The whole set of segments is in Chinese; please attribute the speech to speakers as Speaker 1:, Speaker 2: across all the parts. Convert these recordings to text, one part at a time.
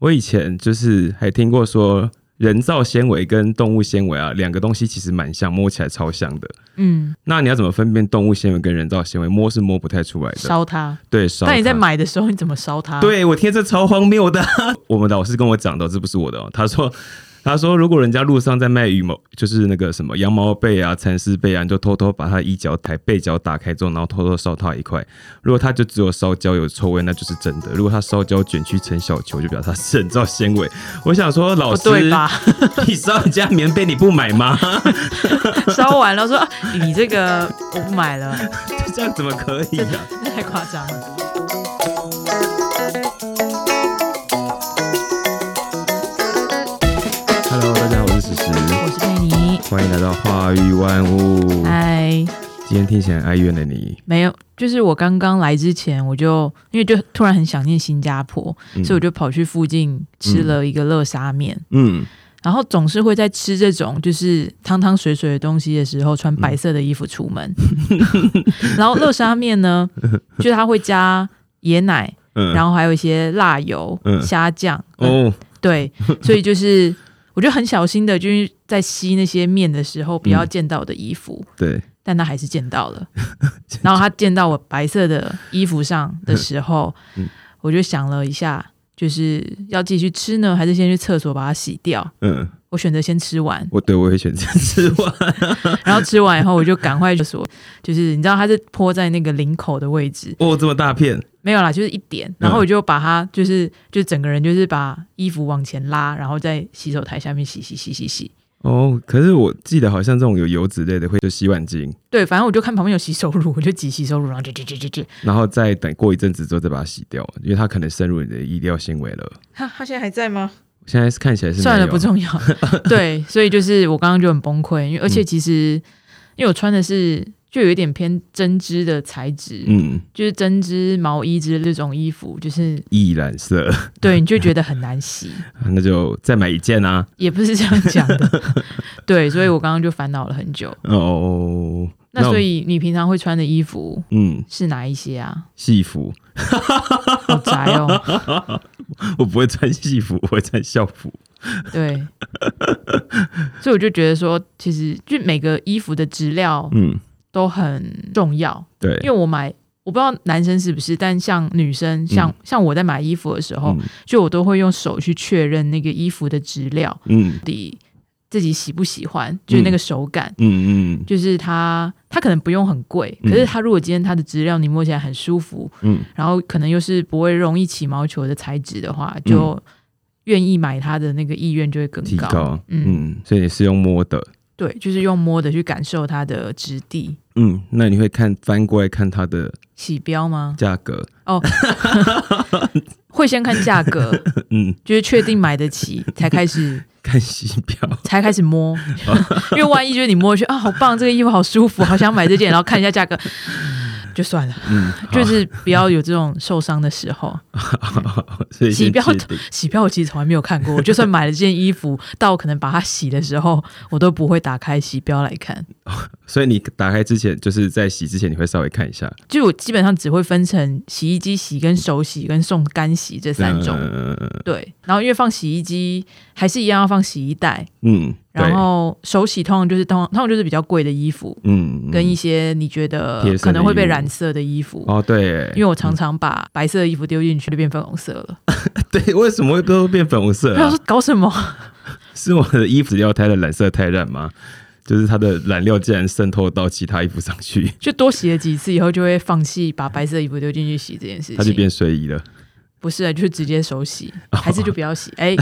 Speaker 1: 我以前就是还听过说，人造纤维跟动物纤维啊，两个东西其实蛮像，摸起来超像的。
Speaker 2: 嗯，
Speaker 1: 那你要怎么分辨动物纤维跟人造纤维？摸是摸不太出来的。
Speaker 2: 烧它。
Speaker 1: 对，烧
Speaker 2: 但你在
Speaker 1: 它
Speaker 2: 买的时候，你怎么烧它？，
Speaker 1: 对我听这超荒谬的。 我们老师跟我讲的，这不是我的、哦。他说，他说如果人家路上在卖羽毛，就是那个什么羊毛被啊、蚕丝被啊，你就偷偷把它衣角抬被角打开之后，然后偷偷烧它一块。如果它就只有烧焦有臭味，那就是真的；如果它烧焦卷曲成小球，就表示它是人造纤维。我想说，老
Speaker 2: 不
Speaker 1: 师，
Speaker 2: 哦对吧？
Speaker 1: 你烧人家棉被你不买吗？
Speaker 2: 烧完了说、啊你这个我不买了，
Speaker 1: 这样怎么可以 啊？
Speaker 2: 那太夸张了。
Speaker 1: Hello，大家好，我是石石，
Speaker 2: 我是佩妮，
Speaker 1: 欢迎来到话语万物。
Speaker 2: 哎嗨，
Speaker 1: 今天听起来哀怨的你，
Speaker 2: 没有，就是我刚刚来之前，我就因为就突然很想念新加坡，
Speaker 1: 嗯
Speaker 2: 所以我就跑去附近吃了一个乐沙面。
Speaker 1: 嗯，
Speaker 2: 然后总是会在吃这种就是汤汤水水的东西的时候，穿白色的衣服出 门。然后乐沙面呢，就是它会加椰奶，
Speaker 1: 嗯
Speaker 2: 然后还有一些辣油、
Speaker 1: 嗯
Speaker 2: 虾酱。嗯，
Speaker 1: 哦，
Speaker 2: 对，所以就是我就很小心的，就是在吸那些面的时候，不
Speaker 1: 嗯
Speaker 2: 要溅到我的衣服。
Speaker 1: 对，
Speaker 2: 但他还是见到 了。然后他见到我白色的衣服上的时候，
Speaker 1: 嗯
Speaker 2: 我就想了一下，就是要继续吃呢，还是先去厕所把它洗掉？
Speaker 1: 嗯，
Speaker 2: 我选择先吃完，
Speaker 1: 我对我会选择吃完，
Speaker 2: 然后吃完以后我就赶快去厕所，就是你知道它是泼在那个领口的位置，
Speaker 1: 哦，这么大片，
Speaker 2: 没有啦，就是一点，然后我就把它就是就整个人就是把衣服往前拉，然后在洗手台下面洗洗洗洗洗，
Speaker 1: 哦，可是我记得好像这种有油脂类的会就洗碗巾，
Speaker 2: 对，反正我就看旁边有洗手乳，我就挤洗手乳，然后就就就就就，
Speaker 1: 然后再等过一阵子之后再把它洗掉，因为它可能深入你的意料纤维了。
Speaker 2: 他他现在还在吗？
Speaker 1: 现在是看起来是没
Speaker 2: 算了，
Speaker 1: 有
Speaker 2: 不重要。对，所以就是我刚刚就很崩溃，因为而且其实、因为我穿的是就有一点偏针织的材质，
Speaker 1: 嗯，
Speaker 2: 就是针织毛衣之类这种衣服，就是
Speaker 1: 易染色，
Speaker 2: 对你就觉得很难洗，
Speaker 1: 那就再买一件啊。
Speaker 2: 也不是这样讲的。对，所以我刚刚就烦恼了很久。
Speaker 1: 哦，
Speaker 2: 那
Speaker 1: 那我
Speaker 2: 所以你平常会穿的衣服
Speaker 1: 嗯，
Speaker 2: 是哪一些啊？
Speaker 1: 戏服，
Speaker 2: 好宅 哦。
Speaker 1: 我不会穿戏服，我会穿校服。
Speaker 2: 对，所以我就觉得说，其实就每个衣服的质料
Speaker 1: 嗯，
Speaker 2: 都很重要。
Speaker 1: 对，
Speaker 2: 因为我买，我不知道男生是不是，但像女生，像、像我在买衣服的时候，
Speaker 1: 嗯
Speaker 2: 就我都会用手去确认那个衣服的质料，
Speaker 1: 嗯
Speaker 2: 到底自己喜不喜欢，就是那个手感。
Speaker 1: 嗯嗯
Speaker 2: 就是它，它可能不用很贵，可
Speaker 1: 嗯
Speaker 2: 是它如果今天它的质料你摸起来很舒服，
Speaker 1: 嗯，
Speaker 2: 然后可能又是不会容易起毛球的材质的话，就愿意买它的那个意愿就会更
Speaker 1: 嗯提
Speaker 2: 高。
Speaker 1: 高，
Speaker 2: 嗯，
Speaker 1: 嗯，所以你是用摸的。
Speaker 2: 对，就是用摸的去感受它的质地。
Speaker 1: 嗯，那你会看翻过来看它的
Speaker 2: 洗标吗？哦
Speaker 1: 价格，
Speaker 2: 会先看价格，
Speaker 1: 嗯，
Speaker 2: 就是确定买得起，才开始
Speaker 1: 看洗表，
Speaker 2: 才开始摸，因为万一就是你摸去啊，好棒，这个衣服好舒服，好想买这件，然后看一下价格，就算了，
Speaker 1: 嗯， 好
Speaker 2: 就是不要有这种受伤的时候。
Speaker 1: 所以
Speaker 2: 洗
Speaker 1: 先
Speaker 2: 标
Speaker 1: 确定
Speaker 2: 洗票我其实从来没有看过，我就算买了这件衣服，到可能把它洗的时候，我都不会打开洗标来看。
Speaker 1: 所以你打开之前，就是在洗之前，你会稍微看一下
Speaker 2: 就我基本上只会分成洗衣机洗、跟手洗、跟送干洗这三种。
Speaker 1: 嗯
Speaker 2: 对，然后因为放洗衣机还是一样要放洗衣袋，
Speaker 1: 嗯，对
Speaker 2: 然后手洗通常就是通通常就是比较贵的衣服，
Speaker 1: 嗯
Speaker 2: 跟一些你觉得
Speaker 1: 贴身的
Speaker 2: 可能会被
Speaker 1: 衣服
Speaker 2: 染色的衣服。
Speaker 1: 哦对，
Speaker 2: 因为我常常把白色的衣服丢进去就变粉红色了，
Speaker 1: 对为什么会都变粉红色、
Speaker 2: 他
Speaker 1: 啊
Speaker 2: 说？搞什么？
Speaker 1: 是我的衣服料太的染色太染吗？就是它的染料竟然渗透到其他衣服上去，
Speaker 2: 就多洗了几次以后就会放弃把白色的衣服丢进去洗这件事
Speaker 1: 它就
Speaker 2: 情。
Speaker 1: 变哦睡衣了。
Speaker 2: 不是啊，就是直接 手洗，还是就不要洗？哎，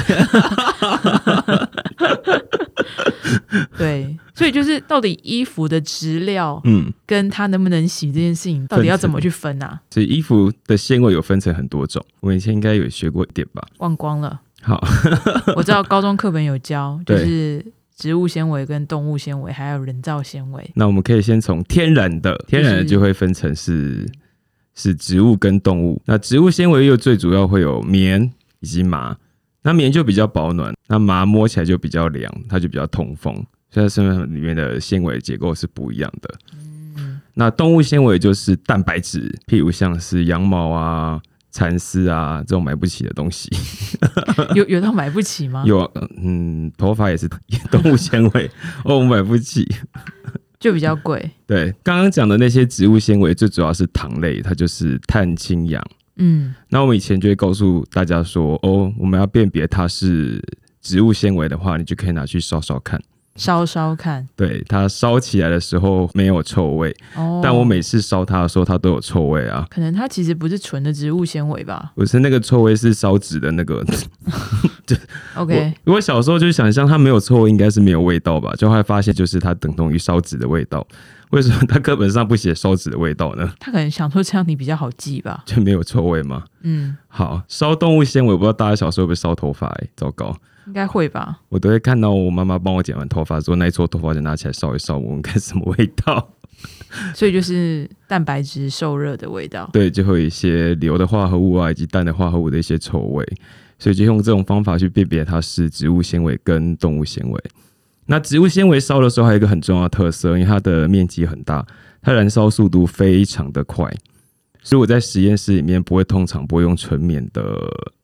Speaker 2: 对，所以就是到底衣服的质料
Speaker 1: 嗯，
Speaker 2: 跟它能不能洗这件事情，到底要怎么去分啊？
Speaker 1: 所以衣服的纤维有分成很多种，我们以前应该有学过一点吧？
Speaker 2: 忘光了。
Speaker 1: 好，
Speaker 2: 我知道高中课本有教，就
Speaker 1: 对
Speaker 2: 是植物纤维、跟动物纤维，还有人造纤 维。
Speaker 1: 那我们可以先从天然的，天然的就会分成是是植物跟动物。那植物纤维又最主要会有棉以及麻，那棉就比较保暖，那麻摸起来就比较凉，它就比较通风，所以它身上里面的纤维结构是不一样的。那动物纤维就是蛋白质，譬如像是羊毛啊、蚕丝啊这种买不起的东西。
Speaker 2: 有有到买不起吗？
Speaker 1: 有啊，嗯，头发也是 动物纤维，哦，我买不起。
Speaker 2: 就比较贵。
Speaker 1: 对，刚刚讲的那些植物纤维，最主要是糖类，它就是碳、氢、氧。
Speaker 2: 嗯，
Speaker 1: 那我们以前就会告诉大家说，哦，我们要辨别它是植物纤维的话，你就可以拿去烧烧看。
Speaker 2: 烧烧看
Speaker 1: 对，它烧起来的时候没有臭味，
Speaker 2: 哦。
Speaker 1: 但我每次烧它的时候，它都有臭味啊。
Speaker 2: 可能它其实不是纯的植物纤维吧
Speaker 1: 我是那个臭味是烧纸的那个。
Speaker 2: ？OK，
Speaker 1: 我我小时候就想象它没有臭味，应该是没有味道吧？就后来发现，就是它等同于烧纸的味道。为什么它课本上不写烧纸的味道呢？
Speaker 2: 他可能想说这样你比较好记吧。
Speaker 1: 就没有臭味吗？
Speaker 2: 嗯，
Speaker 1: 好，烧动物纤维，我不知道大家小时候会不会烧头发、欸，糟糕，
Speaker 2: 应该会吧。
Speaker 1: 我都会看到我妈妈帮我剪完头发之后，那一撮头发就拿起来烧一烧，闻闻看什么味道。
Speaker 2: 所以就是蛋白质受热的味道。
Speaker 1: 对，就会有一些硫的化合物啊，以及氮的化合物的一些臭味，所以就用这种方法去辨别它是植物纤维跟动物纤维。那植物纤维烧的时候还有一个很重要的特色，因为它的面积很大，它燃烧速度非常的快，所以我在实验室里面不会通常不会用纯棉的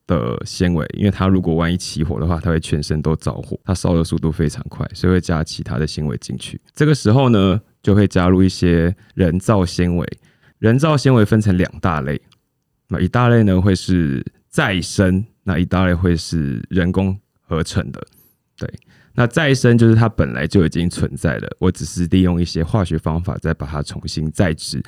Speaker 1: 的纤维，因为它如果万一起火的话，它会全身都着火，它烧的速度非常快，所以会加其他的纤维进去。这个时候呢，就会加入一些人造纤维，人造纤维分成两大类，那一大类呢会是再生，那一大类会是人工合成的。对，那再生就是它本来就已经存在了，我只是利用一些化学方法再把它重新再制。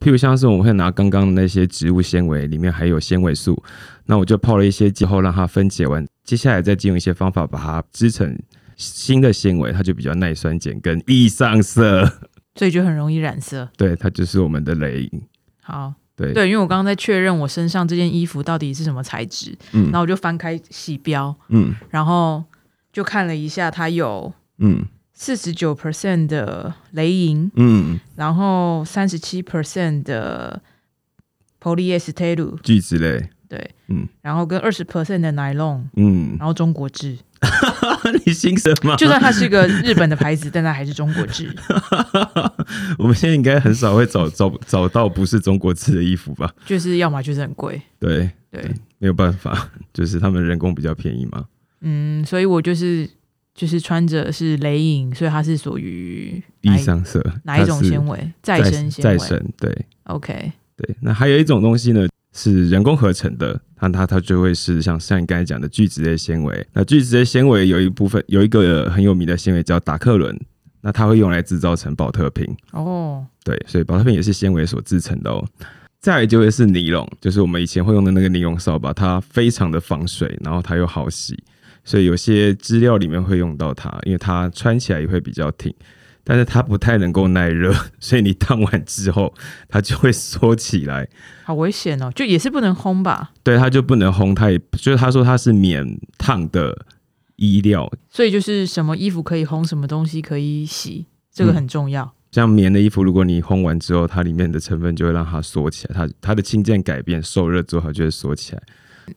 Speaker 1: 譬如像是我们会拿刚刚那些植物纤维，里面还有纤维素，那我就泡了一些之后让它分解完，接下来再进用一些方法把它织成新的纤维，它就比较耐酸碱跟易上色。
Speaker 2: 所以就很容易染色。
Speaker 1: 对，它就是我们的雷影。
Speaker 2: 好，
Speaker 1: 对，
Speaker 2: 对，因为我刚刚在确认我身上这件衣服到底是什么材质，
Speaker 1: 嗯
Speaker 2: 然后我就翻开洗标，
Speaker 1: 嗯
Speaker 2: 然后就看了一下，它有
Speaker 1: 嗯
Speaker 2: 四十九 percent 的雷银，
Speaker 1: 嗯，
Speaker 2: 然后三十七 percent 的 polyester，
Speaker 1: 聚酯类，
Speaker 2: 对，
Speaker 1: 嗯
Speaker 2: 然后跟二十 percent 的 nylon，
Speaker 1: 嗯，啊
Speaker 2: 然后中 国制。
Speaker 1: 你姓什么？
Speaker 2: 就算它是一个日本的牌子，但它还是中国制。
Speaker 1: 我们现在应该很少会找找找到不是中国制的衣服吧？
Speaker 2: 就是要么就是很贵，
Speaker 1: 对，
Speaker 2: 对，
Speaker 1: 没有办法，就是他们人工比较便宜嘛。
Speaker 2: 嗯，所以我就是就是穿着是雷影，所以它是属于哪
Speaker 1: 易
Speaker 2: 一
Speaker 1: 上色
Speaker 2: 哪一种
Speaker 1: 它是
Speaker 2: 纤维？再生纤
Speaker 1: 再
Speaker 2: 维。
Speaker 1: 生，对
Speaker 2: OK，
Speaker 1: 对。那还有一种东西呢，是人工合成的，那它它就会是像像你刚才讲的聚酯类纤维。那聚酯类纤维有一部分有一个很有名的纤维叫达克伦，那它会用来制造成保特瓶。
Speaker 2: 哦，
Speaker 1: 对，所以保特瓶也是纤维所制成的哦。再来就会是尼龙，就是我们以前会用的那个尼龙扫把，它非常的防水，然后它又好洗，所以有些资料里面会用到它，因为它穿起来也会比较挺，但是它不太能够耐热，所以你烫完之后它就会缩起来，
Speaker 2: 好危险哦，就也是不能烘吧，
Speaker 1: 对，它就不能烘，它也就是他说它是免烫的衣料，
Speaker 2: 所以就是什么衣服可以烘，什么东西可以洗，这
Speaker 1: 嗯
Speaker 2: 个很重要。
Speaker 1: 像棉的衣服，如果你烘完之后，它里面的成分就会让它缩起来，它它的氢键改变，受热之后它就会缩起来。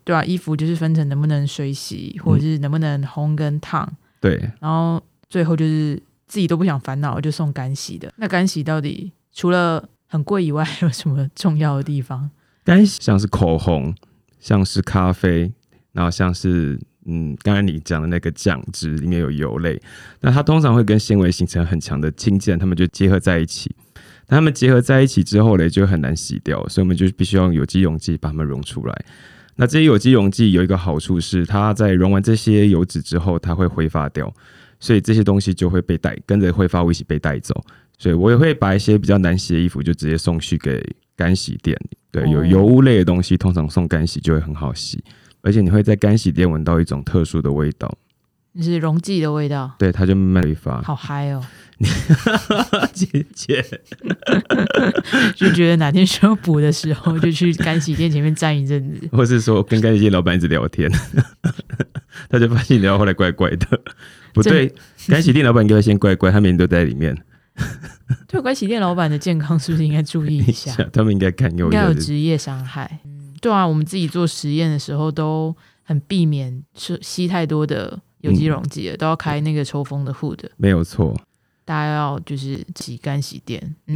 Speaker 2: 对啊，衣服就是分成能不能水洗，
Speaker 1: 嗯
Speaker 2: 或者是能不能烘跟烫，
Speaker 1: 对，
Speaker 2: 然后最后就是自己都不想烦恼，就送干洗的。那干洗到底除了很贵以外，还有什么重要的地方？
Speaker 1: 干洗像是口红，像是咖啡，然后像是嗯，刚才你讲的那个酱汁里面有油类，那它通常会跟纤维形成很强的氢键，它们就结合在一起。那它们结合在一起之后嘞，就很难洗掉，所以我们就必须要用有机溶剂把它们溶出来。那这些有机溶剂有一个好处是，它在溶完这些油脂之后，它会挥发掉，所以这些东西就会被带跟着挥发物一起被带走。所以我也会把一些比较难洗的衣服就直接送去给干洗店。对，有
Speaker 2: 哦
Speaker 1: 油污类的东西，通常送干洗就会很好洗，而且你会在干洗店闻到一种特殊的味道。
Speaker 2: 就是溶剂的味道，
Speaker 1: 对，它就慢慢挥发。
Speaker 2: 好嗨哦！
Speaker 1: 姐姐，
Speaker 2: 就觉得哪天需要补的时候，就去干洗店前面站一阵子。
Speaker 1: 或是说跟干洗店老板一直聊天， 他就发现你聊后来怪怪的，不对，干洗店老板应该先怪怪，他每天都在里面，
Speaker 2: 对，干洗店老板的健康是不是应该注意一 下？
Speaker 1: 他们应该堪忧
Speaker 2: 应
Speaker 1: 一
Speaker 2: 该
Speaker 1: 下
Speaker 2: 有
Speaker 1: 这
Speaker 2: 职业伤害。嗯，对啊，我们自己做实验的时候都很避免吃吸太多的有机溶剂了，都要开那个抽风的 hood。
Speaker 1: 没有错。
Speaker 2: 大家要就是洗干洗店，嗯，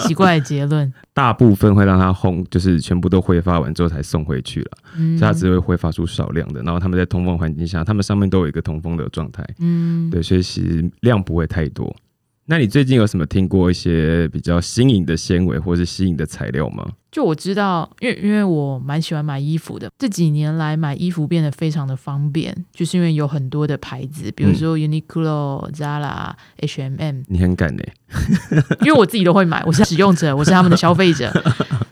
Speaker 2: 奇怪的结论，
Speaker 1: 大部分会让它烘，就是全部都挥发完之后才送回去了，
Speaker 2: 嗯，
Speaker 1: 所以它只会挥发出少量的。然后他们在通风环境下，他们上面都有一个通风的状态，
Speaker 2: 嗯，
Speaker 1: 对，所以其实量不会太多。那你最近有什么听过一些比较新颖的纤维或是新颖的材料吗？
Speaker 2: 就我知道，因为因为我蛮喜欢买衣服的，这几年来买衣服变得非常的方便，就是因为有很多的牌子，比
Speaker 1: 嗯
Speaker 2: 如说 Uniqlo、Zara、H&M，
Speaker 1: 你很敢呢、欸
Speaker 2: 因为我自己都会买，我是使用者，我是他们的消费者。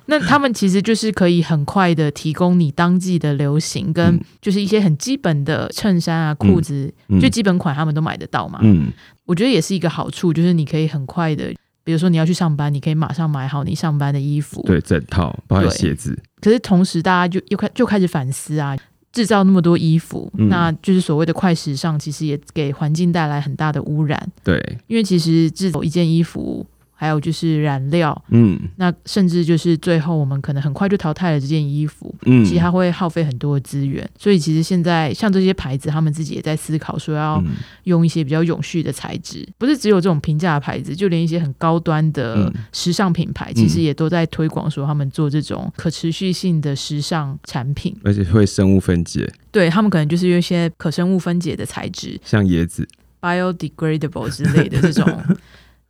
Speaker 2: 那他们其实就是可以很快的提供你当季的流行，跟
Speaker 1: 嗯
Speaker 2: 就是一些很基本的衬衫啊、裤子，
Speaker 1: 嗯
Speaker 2: 就基本款他们都买得到嘛。
Speaker 1: 嗯
Speaker 2: 我觉得也是一个好处，就是你可以很快的，比如说你要去上班，你可以马上买好你上班的衣服。
Speaker 1: 对，整套包含
Speaker 2: 对
Speaker 1: 鞋子，
Speaker 2: 可是同时，大家就又开就开始反思啊，制造那么多衣服，
Speaker 1: 嗯
Speaker 2: 那就是所谓的快时尚，其实也给环境带来很大的污染。
Speaker 1: 对，
Speaker 2: 因为其实制造一件衣服，还有就是染料，
Speaker 1: 嗯
Speaker 2: 那甚至就是最后我们可能很快就淘汰了这件衣服。
Speaker 1: 嗯，
Speaker 2: 其实它会耗费很多的资源，所以其实现在像这些牌子，他们自己也在思考说要
Speaker 1: 嗯
Speaker 2: 用一些比较永续的材质，不是只有这种平价的牌子，就连一些很高端的
Speaker 1: 嗯
Speaker 2: 时尚品牌，其实也都在推广说他们做这种可持续性的时尚产品。
Speaker 1: 而且会生物分解，
Speaker 2: 对他们可能就是用一些可生物分解的材质
Speaker 1: 像椰子，
Speaker 2: （biodegradable） 之类的这种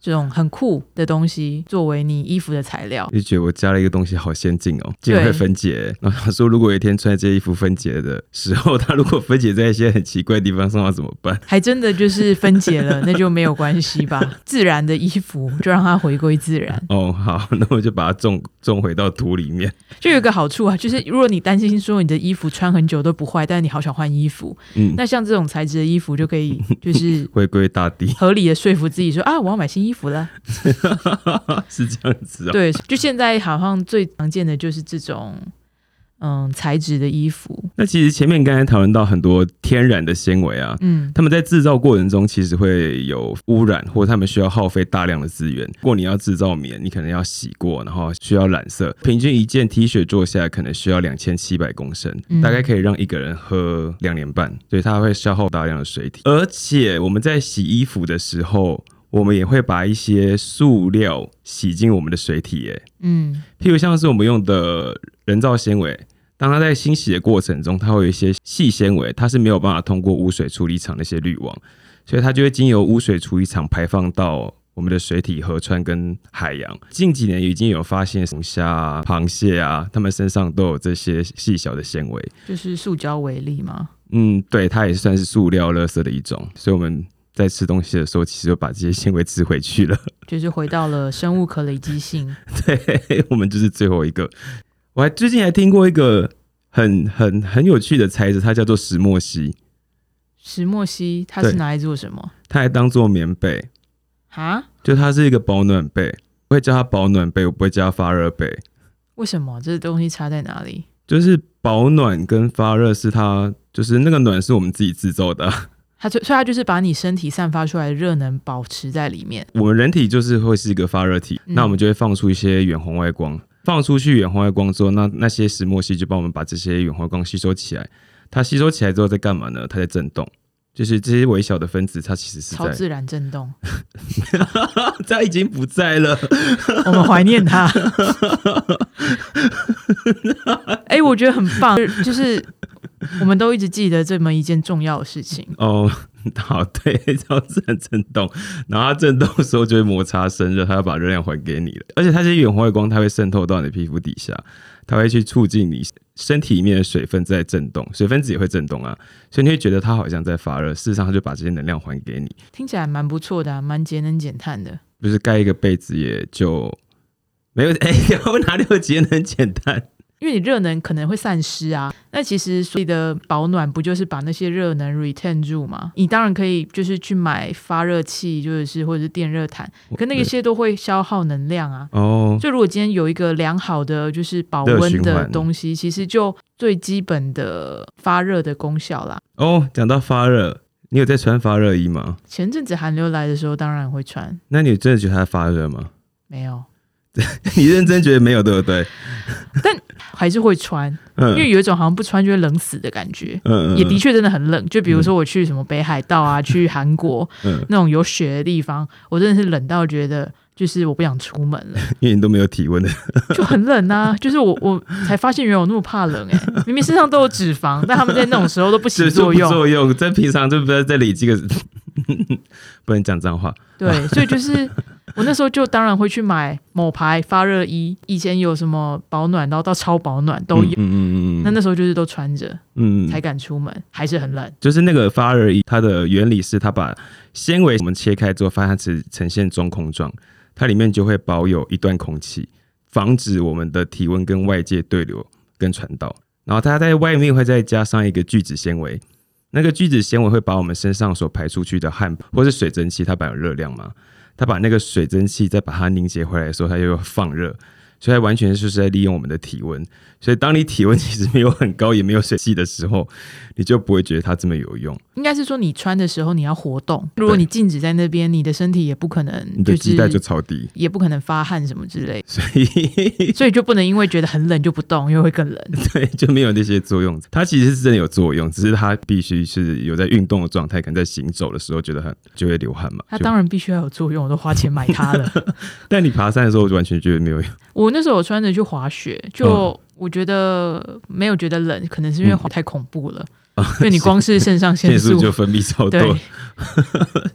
Speaker 2: 这种很酷的东西，作为你衣服的材料。
Speaker 1: 就觉得我加了一个东西好先进哦，竟然会分解。然后他说，如果有一天穿这些衣服分解的时候，它如果分解在一些很奇怪的地方上，要怎么办？
Speaker 2: 还真的就是分解了，那就没有关系吧。自然的衣服就让它回归自然，
Speaker 1: 哦，好，那我就把它种种回到土里面。
Speaker 2: 就有一个好处啊，就是如果你担心说你的衣服穿很久都不坏，但是你好想换衣服，
Speaker 1: 嗯，
Speaker 2: 那像这种材质的衣服就可以就是
Speaker 1: 回归大地
Speaker 2: 合理的说服自己说啊，我要买新衣服了。
Speaker 1: 是这样子哦。
Speaker 2: 对，就现在好像最常见的就是这种嗯材质的衣服，
Speaker 1: 那其实前面刚才讨论到很多天然的纤维啊，
Speaker 2: 嗯
Speaker 1: 他们在制造过程中其实会有污染，或者他们需要耗费大量的资源。如果你要制造棉，你可能要洗过，然后需要染色。平均一件 T 恤做下来，可能需要两千七百公升，
Speaker 2: 嗯
Speaker 1: 大概可以让一个人喝两年半，所以它会消耗大量的水体。而且我们在洗衣服的时候，我们也会把一些塑料洗进我们的水体、耶。
Speaker 2: 嗯
Speaker 1: 譬如像是我们用的人造纤维，当它在清洗的过程中，它会有一些细纤维，它是没有办法通过污水处理厂那些滤网，所以它就会经由污水处理厂排放到。我们的水体、河川跟海洋，近几年已经有发现龙虾、啊、螃蟹啊，它们身上都有这些细小的纤维。
Speaker 2: 就是塑胶为例嘛。
Speaker 1: 嗯，对，它也算是塑料垃圾的一种，所以我们在吃东西的时候，其实就把这些纤维吃回去了。
Speaker 2: 就是回到了生物可累积性，
Speaker 1: 对， 我们就是最后一个。我还最近还听过一个很很很有趣的材质，它叫做石墨烯，
Speaker 2: 石墨烯它是
Speaker 1: 对
Speaker 2: 拿来做什么
Speaker 1: 它还当做棉被，
Speaker 2: 啊？
Speaker 1: 就它是一个保暖被。我会叫它保暖被，我不会叫它发热被。
Speaker 2: 为什么这东西差在哪里？
Speaker 1: 就是保暖跟发热是它，就是那个暖是我们自己制造的啊、
Speaker 2: 它就所以它就是把你身体散发出来的热能保持在里面。
Speaker 1: 我们人体就是会是一个发热体，
Speaker 2: 嗯
Speaker 1: 那我们就会放出一些远红外光，放出去远红外光之后，那那些石墨烯就帮我们把这些远红外光吸收起来。它吸收起来之后在干嘛呢？它在震动，就是这些微小的分子，它其实是
Speaker 2: 超
Speaker 1: 在，
Speaker 2: 自然震动，
Speaker 1: 它已经不在了。
Speaker 2: 我们怀 念它。哎、我觉得很棒，就是我们都一直记得这么一件重要的事情。
Speaker 1: 哦， 好，对， 超自然震动，然后它震动的时候就会摩擦生热，它要把热量还给你了。而且它这些远红外光，它会渗透到你的皮肤底下，它会去促进你身体里面的水分在震动，水分子也会震动啊，所以你会觉得它好像在发热，事实上它就把这些能量还给你。
Speaker 2: 听起来蛮不错的、啊，蛮节能减碳的。
Speaker 1: 就是盖一个被子也就没有，哎、 我哪里有节能简单？
Speaker 2: 因为你热能可能会散失啊，那其实所以的保暖不就是把那些热能 retain 住吗？你当然可以就是去买发热器，就是或者是电热毯，可那一些都会消耗能量啊。
Speaker 1: 哦，
Speaker 2: 就如果今天有一个良好的就是保
Speaker 1: 热
Speaker 2: 温
Speaker 1: 循
Speaker 2: 的
Speaker 1: 环
Speaker 2: 东西，其实就最基本的发热的功效啦。
Speaker 1: 哦，讲到发热，你有在穿发热衣吗？
Speaker 2: 前阵子寒流来的时候，当然会穿，
Speaker 1: 那你真的觉得它发热吗？
Speaker 2: 没有，
Speaker 1: 你认真觉得没有对不对？
Speaker 2: 还是会穿，因
Speaker 1: 嗯
Speaker 2: 为有一种好像不穿就会冷死的感觉。
Speaker 1: 嗯，嗯
Speaker 2: 也的确真的很冷，就比如说我去什么北海 道啊，去韩国
Speaker 1: 嗯，
Speaker 2: 那种有雪的地方，我真的是冷到觉得就是我不想出门了，
Speaker 1: 因为你都没有体温的，
Speaker 2: 就很冷啊。就是我我才发现原来我那么怕冷哎、明明身上都有脂肪，但他们在那种时候都不
Speaker 1: 所
Speaker 2: 起
Speaker 1: 以说
Speaker 2: 作
Speaker 1: 不
Speaker 2: 用。
Speaker 1: 作用在平常就不要再累积个， 不能讲脏话。
Speaker 2: 对，所以就是我那时候就当然会去买某牌发热衣，以前有什么保暖，然后到超保暖都有。
Speaker 1: 嗯嗯嗯
Speaker 2: 那
Speaker 1: 嗯
Speaker 2: 那时候就是都穿着
Speaker 1: 嗯，嗯
Speaker 2: 才敢出门，还是很冷。
Speaker 1: 就是那个发热衣，它的原理是它把纤维我们切开之后，发现它是呈现中空状，它里面就会保有一段空气，防止我们的体温跟外界对流跟传导。然后它在外面会再加上一个聚酯纤维，那个聚酯纤维会把我们身上所排出去的汗或是水蒸气，它把有热量嘛，它把那个水蒸气再把它凝结回来的时候，它又放热。所以它完全就是在利用我们的体温，所以当你体温其实没有很高，也没有水汽的时候，你就不会觉得它这么有用。
Speaker 2: 应该是说你穿的时候你要活动，如果你静止在那边，你的身体也不可
Speaker 1: 你
Speaker 2: 能
Speaker 1: 的基带就是超低，
Speaker 2: 也不可能发汗什么之类，
Speaker 1: 所以
Speaker 2: 所以就不能因为觉得很冷就不动，因为会更冷。
Speaker 1: 对 就没有那些作用。它其实是真的有作用，只是它必须是有在运动的状态，可能在行走的时候觉得很就会流汗嘛。
Speaker 2: 它
Speaker 1: 就
Speaker 2: 当然必须要有作用，我都花钱买它了。
Speaker 1: 但你爬山的时候完全觉得没有 用。
Speaker 2: 我那时候我穿着去滑雪，
Speaker 1: 嗯
Speaker 2: 就我觉得没有觉得冷，可能是因为滑太恐 怖了，因为你光是肾上腺
Speaker 1: 腺
Speaker 2: 素
Speaker 1: 素嗯就分泌超
Speaker 2: 对
Speaker 1: 多，，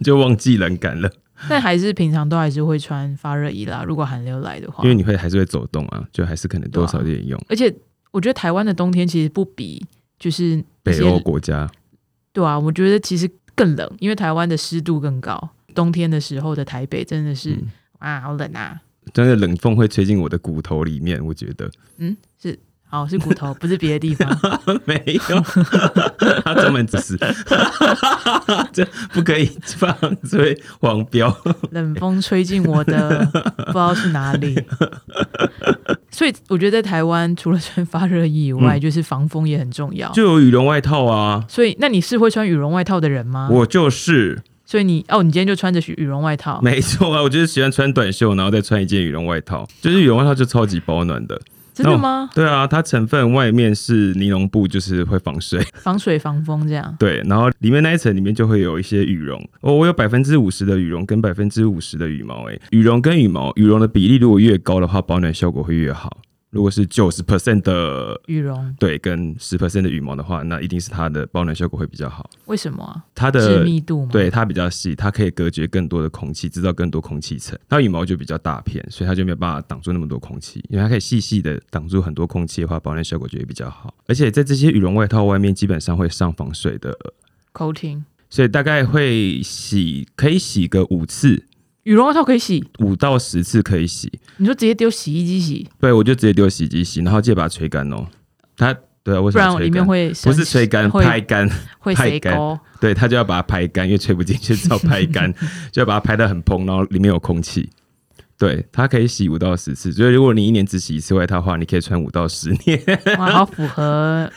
Speaker 1: 就忘记冷感了，
Speaker 2: 但还是平常都还是会穿发热衣啦，如果寒流来的话
Speaker 1: 因，为你会还是会走动啊，就还是可能多少有点用。
Speaker 2: 而且我觉得台湾的冬天其实不比就是那
Speaker 1: 北
Speaker 2: 些
Speaker 1: 欧国家，
Speaker 2: 对啊，我觉得其实更冷，因为台湾的湿度更高，冬天的时候的台北真的是、
Speaker 1: 嗯
Speaker 2: 啊好冷啊，
Speaker 1: 真的冷风会吹进我的骨头里面，我觉得
Speaker 2: 嗯是。好是骨头，不是别的地方。
Speaker 1: 没有， 他专门指示， 这不可以放，这会黄标。
Speaker 2: 冷风吹进我的，不知道是哪里。所以我觉得在台湾，除了穿发热衣以外，就是防风也很重要。
Speaker 1: 嗯就有羽绒外套啊，
Speaker 2: 所以，那你是会穿羽绒外套的人吗？
Speaker 1: 我就是
Speaker 2: 所以你哦，你今天就穿着羽绒外套，
Speaker 1: 没错啊，我就是喜欢穿短袖，然后再穿一件羽绒外套，就是羽绒外套就超级保暖的。
Speaker 2: 真的吗？
Speaker 1: 对啊，它成分外面是尼龙布，就是会防水，
Speaker 2: 防水防风这样。
Speaker 1: 对，然后里面那一层里面就会有一些羽绒。哦，我有百分之五十的羽绒跟百分之五十的羽毛、欸，羽绒跟羽毛，羽绒的比例如果越高的话，保暖效果会越好。如果是九十 percent 的
Speaker 2: 羽绒
Speaker 1: 对跟十 percent 的羽毛的话，那一定是它的保暖效果会比较好。
Speaker 2: 为什么啊？
Speaker 1: 它
Speaker 2: 致
Speaker 1: 的
Speaker 2: 密度吗？
Speaker 1: 对，它比较细，它可以隔绝更多的空气，制造更多空气层。那羽毛就比较大片，所以它就没有办法挡住那么多空气，因为它可以细细的挡住很多空气的话，保暖效果就会比较好。而且在这些羽绒外套外面，基本上会上防水的，
Speaker 2: ，coating
Speaker 1: 所以大概会洗，可以洗个五次，
Speaker 2: 羽绒外套可以洗，
Speaker 1: 五到十次可以洗。
Speaker 2: 你就直接丢洗衣机洗，
Speaker 1: 对，我就直接丢洗衣机洗，然后记得把它吹干哦。它对啊，为
Speaker 2: 不
Speaker 1: 什么
Speaker 2: 然
Speaker 1: 吹
Speaker 2: 里面
Speaker 1: 干？
Speaker 2: 会
Speaker 1: 不是吹干，
Speaker 2: 会
Speaker 1: 拍干。
Speaker 2: 会
Speaker 1: 太
Speaker 2: 谁
Speaker 1: 干
Speaker 2: 高？
Speaker 1: 对，它就要把它拍干，因为吹不进去，只好拍 干，就要把它拍得很蓬，然后里面有空气。对，它可以洗五到十次，所以如果你一年只洗一次外套的话，你可以穿五到十年。。
Speaker 2: 哇，好符合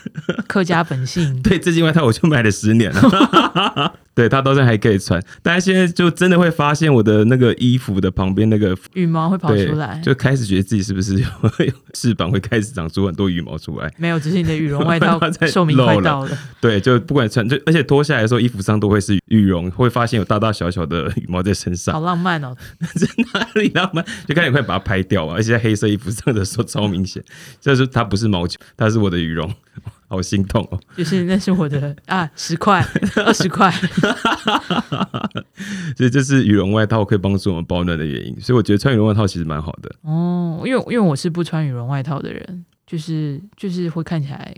Speaker 2: 客家本性
Speaker 1: 对，这件外套我就买了十年了。 对，它到现在还可以穿，但是现在就真的会发现我的那个衣服的旁边那个，
Speaker 2: 羽毛会跑
Speaker 1: 对
Speaker 2: 出来，，
Speaker 1: 就开始觉得自己是不是有 有翅膀会开始长出很多羽毛出来。
Speaker 2: 没有，只是你的羽绒外套
Speaker 1: 它在
Speaker 2: 寿命快
Speaker 1: 漏了
Speaker 2: 到了。
Speaker 1: 对，就不管穿，就而且脱下来的时候，衣服上都会是羽绒，会发现有大大小小的羽毛在身上
Speaker 2: 好。浪漫哦！
Speaker 1: 哪里浪漫？就 看你快把它拍掉吧，而且在黑色衣服上的时候超明显，就是它不是毛球，它是我的羽绒， 好心痛哦。
Speaker 2: 就是那是我 的啊，十块、二十块，
Speaker 1: 所以这是羽绒外套可以帮助我们保暖的原因，所以我觉得穿羽绒外套其实蛮好的。
Speaker 2: 哦，因为因为我是不穿羽绒外套的人，就是就是会看起来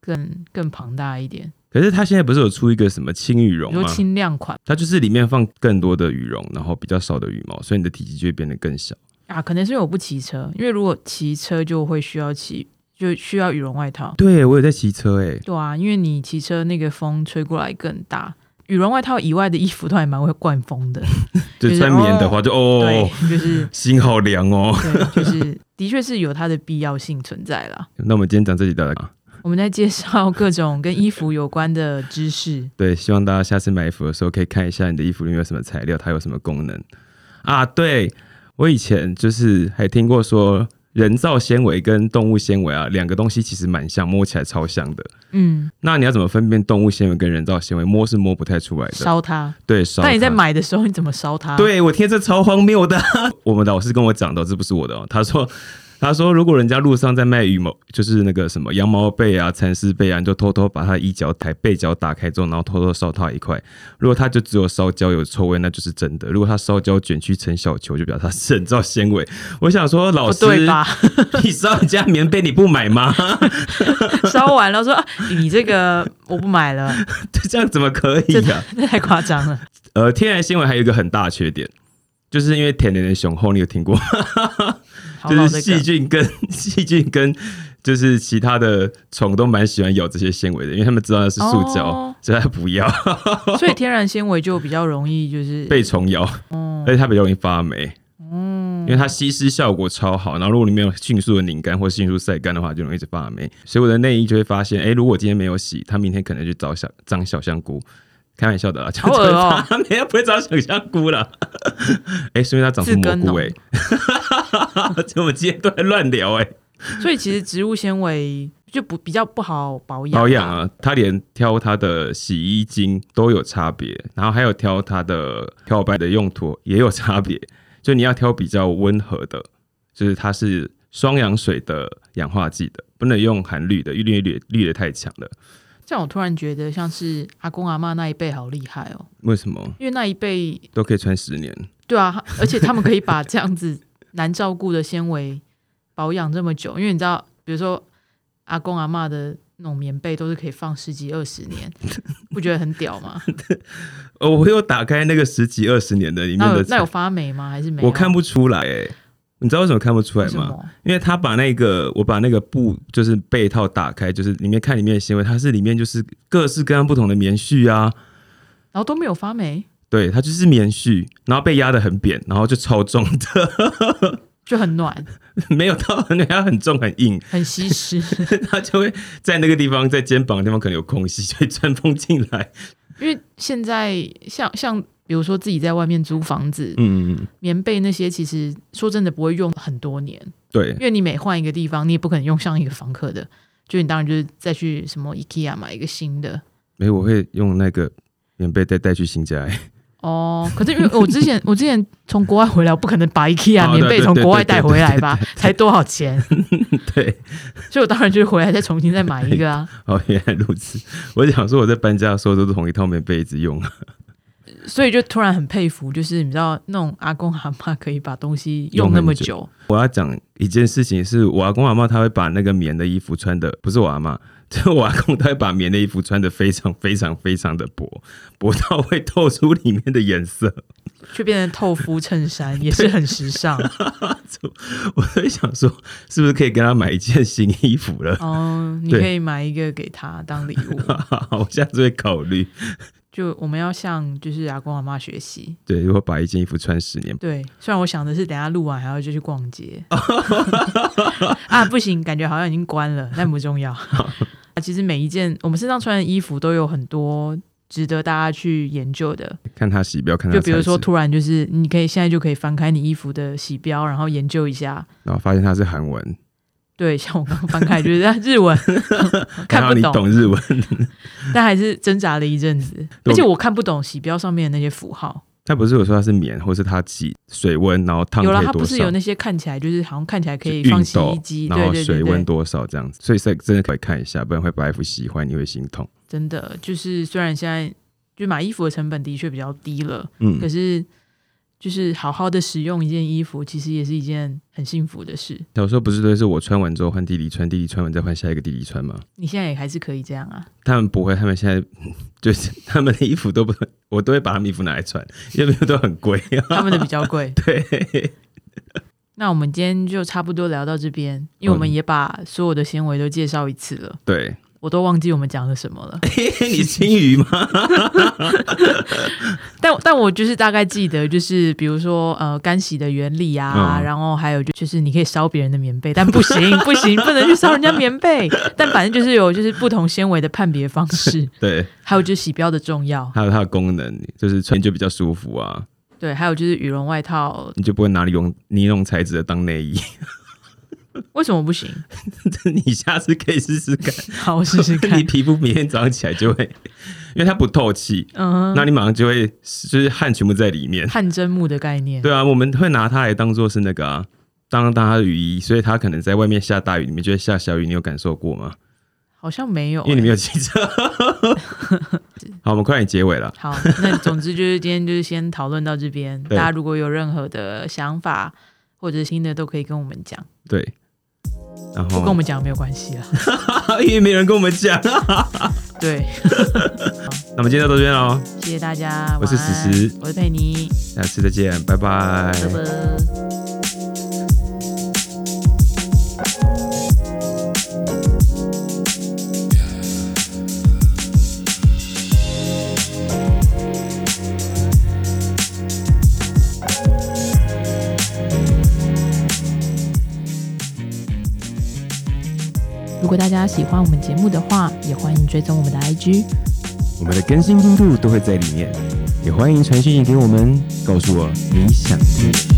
Speaker 2: 更更庞大一点，
Speaker 1: 可是它现在不是有出一个什么轻羽
Speaker 2: 比
Speaker 1: 绒
Speaker 2: 如
Speaker 1: 吗
Speaker 2: 说？轻量款
Speaker 1: 它就是里面放更多的羽绒，然后比较少的羽毛，所以你的体积就会变得更小。
Speaker 2: 啊，可能是因为我不骑车，因为如果骑车就会需要骑，就需要羽绒外套。
Speaker 1: 对我有在骑车哎、
Speaker 2: 对啊，因为你骑车那个风吹过来更大，羽绒外套以外的衣服都还蛮会灌风的。
Speaker 1: 就
Speaker 2: 就是
Speaker 1: 穿棉的话就哦，
Speaker 2: 对，就是
Speaker 1: 心好凉哦。
Speaker 2: 对，就是的确是有它的必要性存在啦。
Speaker 1: 那我们今天讲这几道啊，
Speaker 2: 我们在介绍各种跟衣服有关的知识。
Speaker 1: 对，希望大家下次买衣服的时候可以看一下你的衣服里面有什么材料，它有什么功能啊。对，我以前就是还听过说，人造纤维跟动物纤维啊，两个东西其实蛮像，摸起来超像的。
Speaker 2: 嗯，
Speaker 1: 那你要怎么分辨动物纤维跟人造纤维？摸是摸不太出来的。
Speaker 2: 烧它。
Speaker 1: 对，烧
Speaker 2: 那你在
Speaker 1: 它
Speaker 2: 买的时候你怎么烧它？，
Speaker 1: 对我听这超荒谬的。 我们老师跟我讲的哦，这不是我的哦。他说，他说如果人家路上在卖羽毛，就是那个什么羊毛被啊、蚕丝被啊，你就偷偷把它衣角抬被角打开之后，然后偷偷烧它一块。如果它就只有烧焦有臭味，那就是真的；如果它烧焦卷曲成小球，就表示它是人造纤维。我想说，老
Speaker 2: 不
Speaker 1: 师，
Speaker 2: 对吧？
Speaker 1: 你烧人家棉被你不买吗？
Speaker 2: 烧完了说、啊、你这个我不买了，
Speaker 1: 这样怎么可以
Speaker 2: 这
Speaker 1: 呀、
Speaker 2: 这太夸张了。
Speaker 1: 呃，天然纤维还有一个很大的缺点，就是因为甜甜的雄厚，你有听过吗？
Speaker 2: 好
Speaker 1: 就
Speaker 2: 老
Speaker 1: 是
Speaker 2: 这
Speaker 1: 细
Speaker 2: 个，
Speaker 1: 菌跟 细菌跟就是其他的虫都蛮喜欢咬这些纤维的，因为他们知道那是塑胶，
Speaker 2: 哦
Speaker 1: 所以它不要
Speaker 2: 所以天然纤维就比较容易就是
Speaker 1: 被虫咬，
Speaker 2: 嗯
Speaker 1: 而且它比较容易发霉。因为它吸湿效果超好，然后如果你没有迅速的拧干或迅速晒干的话，就容易一直发霉。所以我的内衣就会发现，哎、如果我今天没有洗，它明天可能就长小长小香菇。开玩笑的啦，
Speaker 2: 好恶哦
Speaker 1: 它没有不会长小香菇啦。 哎、说明它长出
Speaker 2: 自哦
Speaker 1: 蘑
Speaker 2: 耕
Speaker 1: 菇
Speaker 2: 农
Speaker 1: 哎、 怎么今天都在乱聊哎、
Speaker 2: 所以其实植物纤维就不比较不好保养。
Speaker 1: 保养，啊，它连挑它的洗衣精都有差别，然后还有挑它的漂白的用途也有差别，就你要挑比较温和的，就是它是双氧水的氧化剂的，不能用含氯的，因为氯氯的太强了。
Speaker 2: 这样我突然觉得像是阿公阿嬷那一辈好厉害哦，
Speaker 1: 为什么
Speaker 2: 因为那一辈
Speaker 1: 都可以穿十年？
Speaker 2: 对啊，而且他们可以把这样子难照顾的纤维保养这么久，因为你知道，比如说阿公阿嬷的那种棉被都是可以放十几二十 年，不觉得很屌吗？
Speaker 1: 哦，我有打开那个十几二十年的里面
Speaker 2: 那
Speaker 1: 的
Speaker 2: 有啊那有
Speaker 1: 菜，
Speaker 2: 发霉吗？还是没有？
Speaker 1: 我看不出来哎、你知道为什么看不啊出来
Speaker 2: 为什
Speaker 1: 吗？
Speaker 2: 么？
Speaker 1: 因为他把那个我把那个布就是被套打开，就是里面看里面的纤维，它是里面就是各式各样不同的棉絮啊，
Speaker 2: 然后都没有发霉，
Speaker 1: 对，它就是棉絮，然后被压得很扁，然后就超重的，
Speaker 2: 就很暖，
Speaker 1: 没有到很它很重很硬，
Speaker 2: 很 吸湿。
Speaker 1: 它就会在那个地方在肩膀的地方可能有空隙，就会钻风进来。
Speaker 2: 因为现在像像比如说自己在外面租房子，
Speaker 1: 嗯，嗯嗯
Speaker 2: 棉被那些其实说真的不会用很多年，
Speaker 1: 对
Speaker 2: 因为你每换一个地方，你也不可能用上一个房客的，就你当然就是再去什么 IKEA 买一个新的。
Speaker 1: 没哎有我会用那个棉被再带去新家、 欸，
Speaker 2: 哦，可是因为我之前我之前从国外回来，我不可能把 IKEA
Speaker 1: 哦
Speaker 2: 棉被从国
Speaker 1: 对对对
Speaker 2: 外带回来吧？才多 少钱？
Speaker 1: 对，
Speaker 2: 所以我当然就是回来再重新再买一个啊。
Speaker 1: 哦，原来如此。我想说我在搬家的时候都是同一套棉被一直用，
Speaker 2: 所以就突然很佩服，就是你知道那种阿公阿妈可以把东西
Speaker 1: 用
Speaker 2: 用那么
Speaker 1: 很久
Speaker 2: 久，
Speaker 1: 我要讲一件事情是，我阿公阿妈他会把那个棉的衣服穿的，不是我阿 妈，就是我阿公他会把棉的衣服穿的非常非常非常的薄， 薄到会透出里面的颜色。
Speaker 2: 却变成透肤衬衫，也是很时尚。
Speaker 1: 我在想说，是不是可以给他买一件新衣服了？
Speaker 2: 哦，你
Speaker 1: 对
Speaker 2: 可以买一个给他当礼物。
Speaker 1: 我下次会考虑。
Speaker 2: 就我们要向就是阿公阿妈学习。
Speaker 1: 对，如果把一件衣服穿十年，
Speaker 2: 对，虽然我想的是等一下录完还要就去逛 街 啊，不行，感觉好像已经关 了，但不重要。 啊，其实每一件我们身上穿的衣服都有很多值得大家去研究的。
Speaker 1: 看他洗，不要看他
Speaker 2: 就比如
Speaker 1: 材质
Speaker 2: 说，突然就是你可以现在就可以翻开你衣服的洗标，然后研究一下。
Speaker 1: 然后发现他是韩文，
Speaker 2: 对，像我刚刚翻 开就是日文看
Speaker 1: 然后
Speaker 2: 不
Speaker 1: 你
Speaker 2: 懂，
Speaker 1: 懂日文，
Speaker 2: 但还是挣扎了一阵子，
Speaker 1: 对
Speaker 2: 而且我看不懂洗标上面的那些符号。
Speaker 1: 他不是有说他是棉，或是他洗水温，然后烫
Speaker 2: 有
Speaker 1: 可
Speaker 2: 了，
Speaker 1: 以
Speaker 2: 它
Speaker 1: 多
Speaker 2: 不是
Speaker 1: 少
Speaker 2: 有？那些看起来就是好像看起来可以
Speaker 1: 就熨
Speaker 2: 放洗
Speaker 1: 斗
Speaker 2: 衣机，
Speaker 1: 然
Speaker 2: 对
Speaker 1: 后
Speaker 2: 对
Speaker 1: 水
Speaker 2: 对
Speaker 1: 温
Speaker 2: 对，
Speaker 1: 多少这样子，所以是真的可以看一下，不然会把衣服洗坏，你会心痛。
Speaker 2: 真的就是虽然现在就买衣服的成本的确比较低了，
Speaker 1: 嗯
Speaker 2: 可，是就是好好的使用一件衣服，其实也是一件很幸福的事。
Speaker 1: 小时候不是都是我穿完之后换弟弟穿，弟弟穿完再换下一个弟弟穿吗？
Speaker 2: 你现在也还是可以这样 啊，
Speaker 1: 他们不会，他们现在 就是他们的衣服都不，我都会把他们衣服拿来穿，因为都很贵 啊。。
Speaker 2: 他们的比较贵
Speaker 1: 对，
Speaker 2: 那我们今天就差不多聊到这边，因
Speaker 1: 嗯
Speaker 2: 为我们也把所有的纤维都介绍一次了，
Speaker 1: 对，
Speaker 2: 我都忘记我们讲了什么了。
Speaker 1: 你金鱼吗？
Speaker 2: 但但我就是大概记得，就是比如说呃干洗的原理啊，
Speaker 1: 嗯
Speaker 2: 然后还有就就是你可以烧别人的棉被，但不行 不行，不能去烧人家棉被。但反正就是有就是不同纤维的判别方式，
Speaker 1: 对，
Speaker 2: 还有就是洗标的重要。
Speaker 1: 还有它的功能，就是穿就比较舒服啊，
Speaker 2: 对，还有就是羽绒外套，
Speaker 1: 你就不会拿尼龙尼龙材质的当内衣。
Speaker 2: 为什么不行？
Speaker 1: 你下次可以试试看，
Speaker 2: 好，我试试看
Speaker 1: 你。皮肤明天早上起来就会，因为它不透气，
Speaker 2: 嗯哼，
Speaker 1: 那你马上就会就是汗全部在里面。
Speaker 2: 汗蒸木的概念。
Speaker 1: 对啊，我们会拿它来当做是那个啊，当当它的雨衣，所以它可能在外面下大雨，你们觉得下小雨，你有感受过吗？
Speaker 2: 好像没有、欸
Speaker 1: 因为你没有骑 车。好，我们快点结尾了。
Speaker 2: 好，那总之就是今天就是先讨论到这边。大
Speaker 1: 对
Speaker 2: 家如果有任何的想法或者新的，都可以跟我们讲，
Speaker 1: 对，然
Speaker 2: 不跟我
Speaker 1: 后
Speaker 2: 们讲没有关系啊。
Speaker 1: 因为没人跟我们讲，
Speaker 2: 对，
Speaker 1: 那我们今天就到这边喽，
Speaker 2: 谢谢大家。
Speaker 1: 我是
Speaker 2: 晚安
Speaker 1: 史实
Speaker 2: 我是佩妮，
Speaker 1: 下次再见，拜拜。
Speaker 2: 拜拜。如果大家喜欢我们节目的话，也欢迎追踪我们的 IG。
Speaker 1: 我们的更新进度都会在里面，也欢迎传讯息给我们，告诉我你想听。